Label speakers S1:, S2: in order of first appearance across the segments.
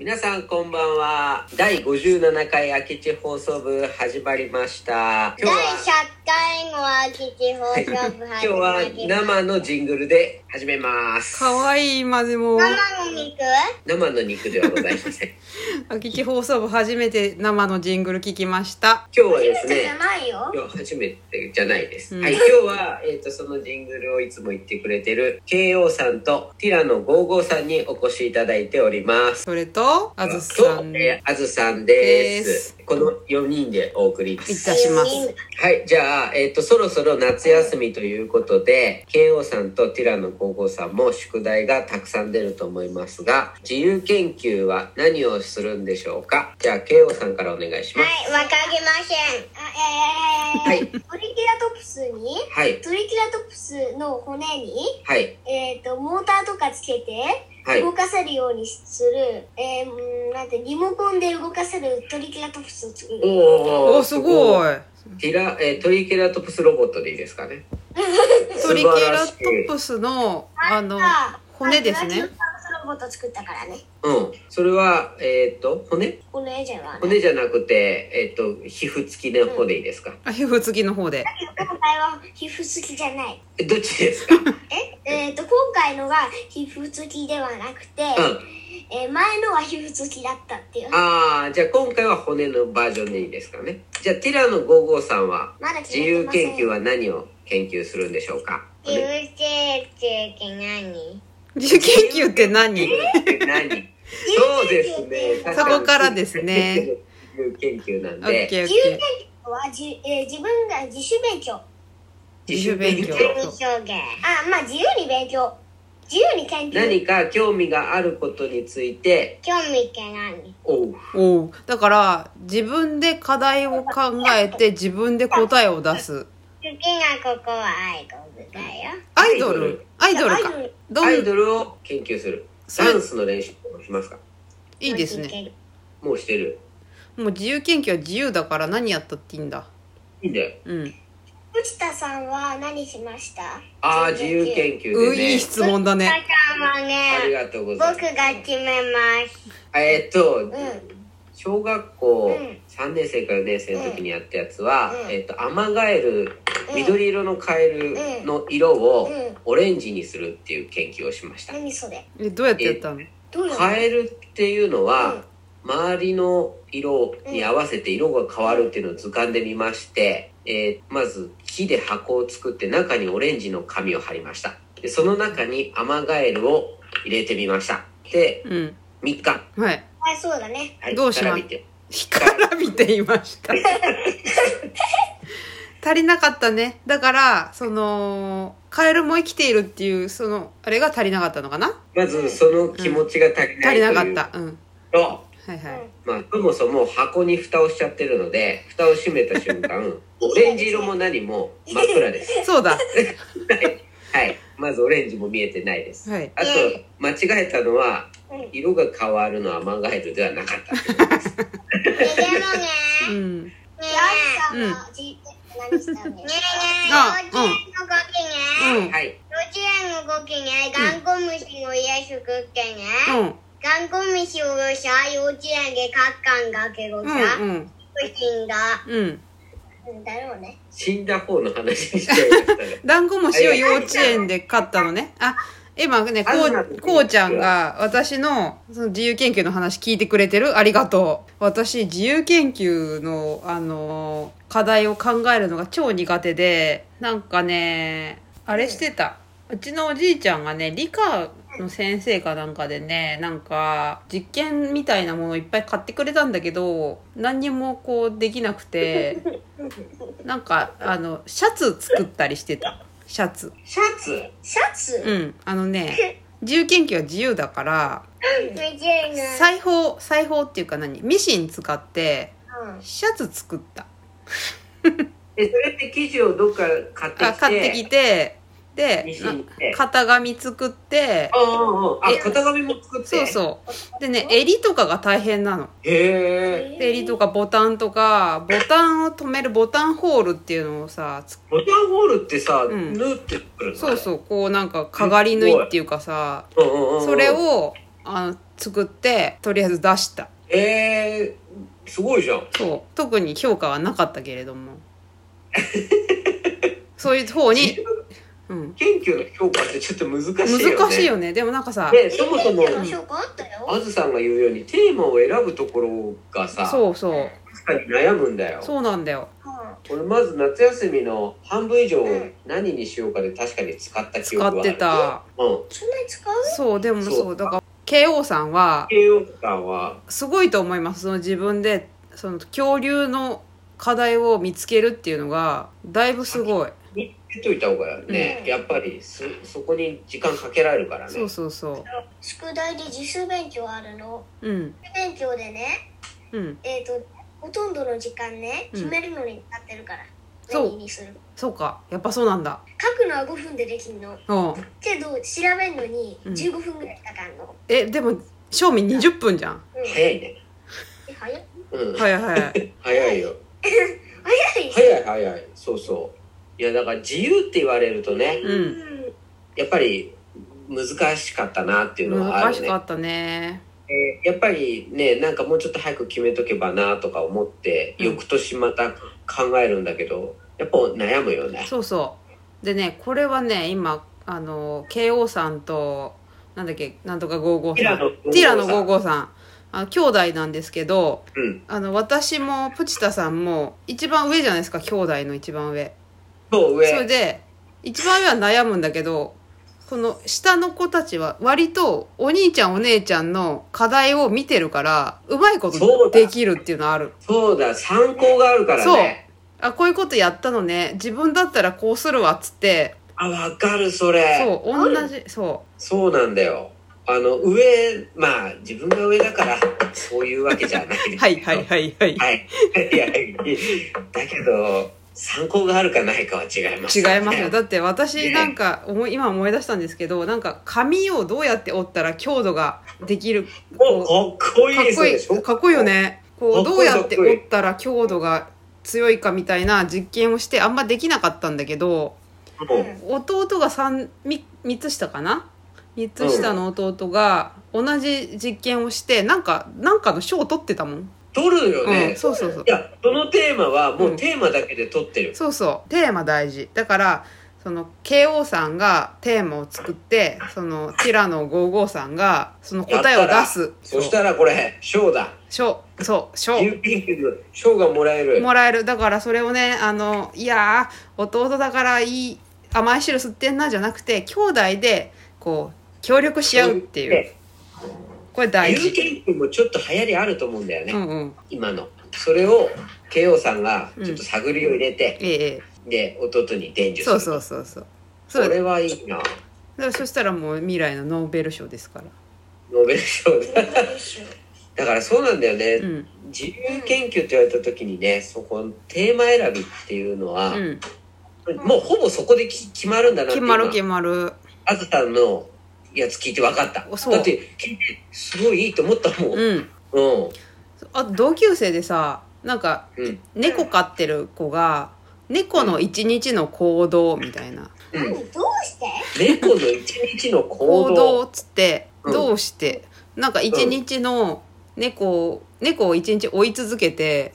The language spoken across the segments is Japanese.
S1: 皆さんこんばんは第57回空き地放送部始まりました
S2: 第100
S1: 今日は
S2: 回の空き地放
S1: はい
S2: 送部
S1: 今日
S2: 始ま
S1: は
S2: ります。
S1: 生のジングルで始めます
S3: かわいい、までも。
S2: 生の肉
S1: 生の肉ではございません
S3: あきき放送部初めて生のジングル聞きました。
S1: 今日は
S2: 初
S1: で
S2: め
S1: す
S2: てじゃ
S1: ね
S2: ないよ。
S1: 今日初めてじゃないです、
S3: うん
S1: はい今日は、えー、とそのジングルをいつも言ってくれてる KO さんとティラノ55さんにお越しいただいております
S3: それと、あずさん。
S1: とえーあずさんです
S3: です
S1: この4人でお送りいたします
S3: 出します
S1: はい、じゃあ、えっ、と、そろそろ夏休みということで、慶応さんとティラノ高校さんも宿題がたくさん出ると思いますが、自由研究は何をするんでしょうかじゃあ、慶応さんからお願いし
S2: は
S1: ます。
S2: い、わかりません。あ
S1: は
S2: えー
S1: い、
S2: トリケラトプスに、
S1: はい、
S2: トリケラトプスの骨に、
S1: はい、
S2: えっ、と、モーターとかつけて、
S1: はい
S2: 動。かせるようにする、えーうん、なんて、リモコンで動かせるトリケラトプスを作る。
S1: お
S3: お、すごい。
S1: ティラ、えートリケラトプスロボットでいいですかね。
S3: トリケラト
S1: ス。
S3: プスの、あの、
S2: あ
S3: 骨ですね
S2: あのトリケラトプスロボット作ったからね。
S1: うん。それは、えっ、と、骨
S2: 骨じゃない。
S1: 骨じゃなくて、えっ、と、皮膚付きの方でいいですか、
S3: あ、皮膚付きの方で。
S2: 今回は皮膚付きじゃない。
S1: えどっちですかうん。
S2: えっ、と、今回のが皮膚付きではなくて、えー前のは皮膚付きだったっていう。
S1: ああ、じゃあ今回は骨のバージョンでいいですかね。じゃあティラノ55さんは
S2: まだ
S1: 自
S2: 決めて
S1: 由
S2: ません。
S1: 研究は何を研究するんでしょうか
S2: 自由
S1: ね
S2: 研究って何
S3: 自由研究って何
S1: 何そうですね。
S3: そこからですね。
S1: 自由研究なん
S3: オッ
S1: で。
S3: ケーオッ
S2: 自由研
S3: ケ
S2: 究はじ、えー自分が自主勉強。
S3: 自主勉強
S2: 表現。あ、まあ自由に勉強。自由に研究。
S1: 何か興味があることについて、
S2: 興味って何
S1: おう
S3: ー。おう。だから、自分で課題を考えて、自分で答えを出す。
S2: 好きなここはアイドルだよ。
S3: アイドルアイドル
S2: ア
S3: か
S2: イドル。
S3: ど
S1: ア
S3: ん、
S1: イ
S3: い
S1: ドルを研究する。
S3: それ
S1: ダンスの練習もしますか
S3: いですね。。
S1: もうしてる。
S3: もう自由研究は自由だから何やったっていいんだ。
S1: いいんだよ。
S3: うん。
S2: 藤田さんは何しました
S1: ああ、自由研究
S3: う
S1: で
S3: いい
S1: ね。
S3: 質問だね。
S2: さんは
S1: あり、がとうございます。
S2: めます。
S1: えーっと、
S2: ん
S1: 小学校
S2: うん
S1: 3年生から4年生の時にやったやつは、
S2: うん
S1: えーっとアマガエル
S2: うん
S1: 緑色のカエルの色を
S2: うん
S1: オレンジにするっていう研究をしました、
S2: 何それ
S3: え、どうやってやったの
S2: どうや
S1: カ
S2: る
S1: エルっていうのは、周りの色に合わせて色が変わるっていうのを図鑑で見まして、えーまず木で箱を作って中にオレンジの紙を貼りましたでその中にアマガエルを入れてみましたで
S3: うん。
S1: 3日、
S3: はい。
S2: あ、そうだね。
S1: はい、
S3: どうします
S1: 並べて
S3: 干からびていました。足りなかったね。だから、その、カエルも生きているっていう、その、あれが足りなかったのかな
S1: まずその気持ちが足りな
S3: 足
S1: い
S3: り
S1: とい
S3: な
S1: う
S3: かった。うん。
S1: と
S3: はいはい。
S1: まあ、そもそも箱に蓋をしちゃってるので蓋を閉めた瞬間オレンジ色も何も真っ暗です
S3: そうだ。
S1: はいまずオレンジも見えてないです、
S3: はい。
S1: あと間違えたのは
S2: うん。
S1: 色が変わるのはアマガエルではなかった
S2: でもね、
S3: う
S2: ね
S3: ん。
S2: え、アリさんはじ何したのね
S3: あう
S2: の
S3: ん
S2: 動き
S3: う
S2: ね。
S3: ん。
S1: はい
S2: 幼稚園の動きね、ダンゴムシの癒し食って
S3: う
S2: ね。
S3: ん。
S2: ダンゴムシをさ、幼稚園でカッカンだけど
S3: う
S2: さ、
S3: ん。うん。
S2: 死んだ。
S3: う
S2: う
S3: ん。
S2: んだろうね。
S1: 死んだ方の話にしちゃいましたが
S3: ダンゴムシを幼稚園で飼ったのね。あ、今ね、こう、こうちゃんが私のその自由研究の話聞いてくれてるありがとう。私、自由研究の、あのー課題を考えるのが超苦手で、なんかね、あれしてた。うちのおじいちゃんがね、理科の先生かなんかでね、なんか、実験みたいなものをいっぱい買ってくれたんだけど、何にもこうできなくて、なんか、あの、シャツ作ったりしてた。シャツ。
S1: シャツ
S2: シャツ
S3: うん。あのね、自由研究は自由だから、
S2: めちゃいな。
S3: 裁縫、裁縫っていうか何ミシン使って、
S2: うん
S3: シャツ作った。
S1: えそれって生地をどっか買ってきて
S3: あ、買ってきて、
S1: ミ
S3: で
S1: シン、で
S3: な型紙作って、
S1: ああああ型紙も作って
S3: そうそう。でね、襟とかが大変なの。
S1: へえ
S3: で襟とかボタンとか、ボタンを留めるボタンホールっていうのをさ、つ
S1: ボタンホールってさ、
S3: ん
S1: 縫ってくるの
S3: そうそう、こうなんか、かがり縫いっていうかさ、
S1: うんうんうんうん
S3: それを、あの、作って、とりあえず出した。
S1: えー、すごいじゃん。
S3: そう。特に評価はなかったけれど も。そういう方
S1: 自
S3: に
S1: 由、
S3: うん。
S1: 研究の評価ってちょっと難しいよね。
S3: 難しいよね。でもなんかさ、
S1: で、そもそも、
S2: の証拠あったよ
S1: あずさんが言うように、テーマを選ぶところがさ、
S3: そうそう。
S1: 確かに悩むんだよ。
S3: そうなんだよ。
S1: 俺まず夏休みの半分以上
S2: うん
S1: 何にしようかで確かに使った記
S3: 使
S1: 憶は
S3: っ
S1: ある。
S3: てた。
S1: うん。
S2: そんなに使う
S3: そう、でも
S1: そう
S3: そう。だから、KO さんは、
S1: 慶応感は、
S3: すごいと思います。その自分で、その恐竜の課題を見つけるっていうのが、だいぶすごい。
S1: 見つけといた方がね、
S2: うん
S1: やっぱりそそこに時間かけられるからね。
S3: そうそうそ
S2: 宿題で自習勉強あるの
S3: う。うん。
S2: 自習勉強でね
S3: うん。
S2: えっ、とほとんどの時間ね
S3: うん
S2: 決めるのに使ってるから、
S3: そう
S2: 何にする
S3: そうか。やっぱそうなんだ。
S2: 書くのは5分でできるの
S3: うん。
S2: けど調べるのに15分ぐらいかかるの、
S3: え、でも、賞味20分じゃん。
S2: うん
S1: 早いね。
S2: え早い
S1: うん。
S3: はいはいはい。
S1: 早いよ。
S2: 早い
S1: 早い早い。そうそう。いや、だから自由って言われるとね、
S3: うん
S2: ん
S1: やっぱり難しかったなっていうのはあ
S3: 難
S1: る
S3: し
S1: ね
S3: か。ったね。
S1: えーやっぱりねなんかもうちょっと早く決めとけばなとか思って
S3: うん
S1: 翌年また考えるんだけどやっぱ悩むよね
S3: そうそう。でね、これはね、今、あの、KO さんと、なんだっけ、なんとか55
S1: ティ
S3: さ
S1: ラ
S3: ん。
S1: の
S3: ティラの55さん。あ兄弟なんですけど、
S1: うん
S3: あの、私もプチタさんも、一番上じゃないですか、兄弟の一番上。
S1: そう
S3: それ
S1: 上
S3: で、一番上は悩むんだけど、この下の子たちは割とお兄ちゃんお姉ちゃんの課題を見てるから、うまいこ
S1: そう
S3: と
S1: だ
S3: できるっていうのはある。
S1: そうだ参考があるからね
S3: あ、こういうことやったのね。自分だったらこうするわっつって、
S1: あわかるそれ
S3: そう、同じ、そ
S1: そうなんだよあの上まあ自分が上だからそういうわけじゃな
S3: う。
S1: い
S3: はいはいはいはい。
S1: はいいやいやだけど参考があるかないかは違います
S3: 違
S1: よね
S3: いますよ。だって私
S1: ね
S3: なんか思い、今思い出したんですけど、なんか髪をどうやって折ったら強度ができる。こ
S1: おかっこ
S3: う
S1: い
S3: か
S1: い
S3: っ
S1: で
S3: こい
S1: すね
S3: い、かっこいいよね。こう、
S1: かっ
S3: どう
S1: こいい
S3: やって折ったら強度が強いかみたいな実験をして、あんまできなかったんだけ
S1: う
S3: ど、
S1: ん
S3: 弟が三、み三つ下かな三つ下の弟が同じ実験をして、なんか、なんかの賞を取ってたもん。
S1: 取るよ
S3: う
S1: ね
S3: ん、そうそうそう
S1: い。や、そのテーマはも
S3: うん
S1: うテーマだけで撮ってる。
S3: そうそうテーマ大事だからその KO さんがテーマを作ってそのティラノ55さんがその答えを出す
S1: そしたらこれ、賞だ。
S3: 賞そう賞
S1: 有ピンクの賞がもらえる。
S3: もらえるだからそれをねあのいやー弟だからいい甘い汁吸ってんなじゃなくて兄弟でこう協力し合うっていう
S1: で。
S3: これ大
S1: 有
S3: 事
S1: ピンクもちょっと流行りあると思うんだよね、
S3: うんうん
S1: 今の。それを、慶応さんが
S3: うん
S1: ちょっと探りを入れて、
S3: ええ
S1: で、
S3: え
S1: 弟に伝
S3: え
S1: 授す
S3: そ
S1: る。
S3: うそうそうそうそ
S1: こ
S3: うだ
S1: れはいいな。
S3: からそしたらもう未来のノーベル賞ですから
S1: ノーベル賞だ。
S2: どうしよう
S1: だからそうなんだよね。
S3: うん
S1: 自由研究って言われた時にね、そこのテーマ選びっていうのは、
S3: うん
S1: もうほぼそこでき決まるんだなって
S3: 決
S1: 今
S3: まる決まる
S1: あずさんのやつ聞いて分かった。
S3: そう
S1: だって聞いてすごいいいと思ったもん。
S3: う
S1: う
S3: ん
S1: ん。
S3: あと同級生でさなんか
S1: うん。
S3: 猫飼ってる子が猫の一日の行動みたいな
S1: うん
S2: 何どうして
S1: 猫の一日の行
S3: 行動
S1: 動。
S3: っつって
S1: うん
S3: どうしてなんか一日の猫を猫を一日追い続けて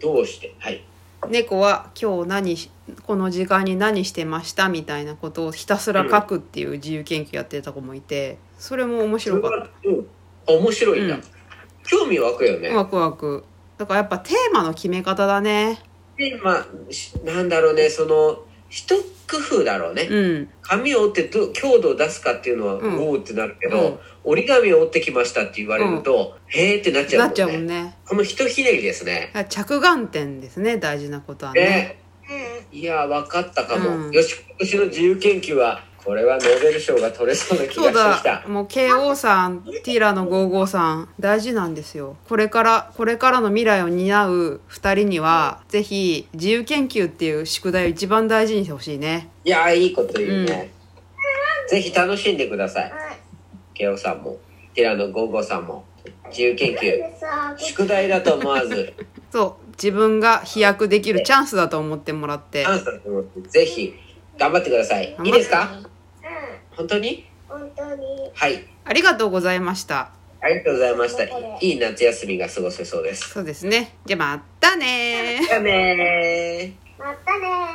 S1: どうしてはい。
S3: 猫は今日何しこの時間に何してましたみたいなことをひたすら書くっていう自由研究やってた子もいてそれも面白かっ
S1: うん。面白いんだ。
S3: うん
S1: 興味湧くよね
S3: た。ワクワクだからやっぱテーマの決め方だね
S1: で、まあ、しなんだろうね、その、一工夫だろうね。
S3: うん
S1: 紙を折ってど強度を出すかっていうのは、
S3: うん
S1: おーってなるけ
S3: うん
S1: ど、折り紙を折ってきましたって言われると、へーってなっちゃう
S3: な
S1: もん
S3: っ
S1: ね。
S3: ちゃうもんね
S1: この一ひねりですね
S3: だ。から着眼点ですね大事なことはね
S1: ね。
S2: うん
S1: いや分かったかも、
S3: うん
S1: よし今年の自由研究はこれはノーベル賞が取れそうな気
S3: そう
S1: がしてきた
S3: だ、もう KO さん、ティーラの55さん、大事なんですよ。これから、これからの未来を担う二人には、ぜひ、自由研究っていう宿題を一番大事にしてほしいね。
S1: いやーいいこと言うね、ぜひ楽しんでください慶応さんも平野ゴーゴーさんも自由研究
S2: でさ
S1: 宿題だと思わず
S3: そう、自分が飛躍できるチャンスだと思ってもらって
S1: ア。ンサーと思ってぜひ頑張ってくださいいいですか
S2: うん
S1: 本当に
S2: 本当に
S1: はい
S3: ありがとうございました。
S1: ありがとうございました。い
S2: これ
S1: いい夏休みが過ごせそうです。
S3: そうですね。じゃあまたねー。
S1: じゃあねー。
S2: またねー。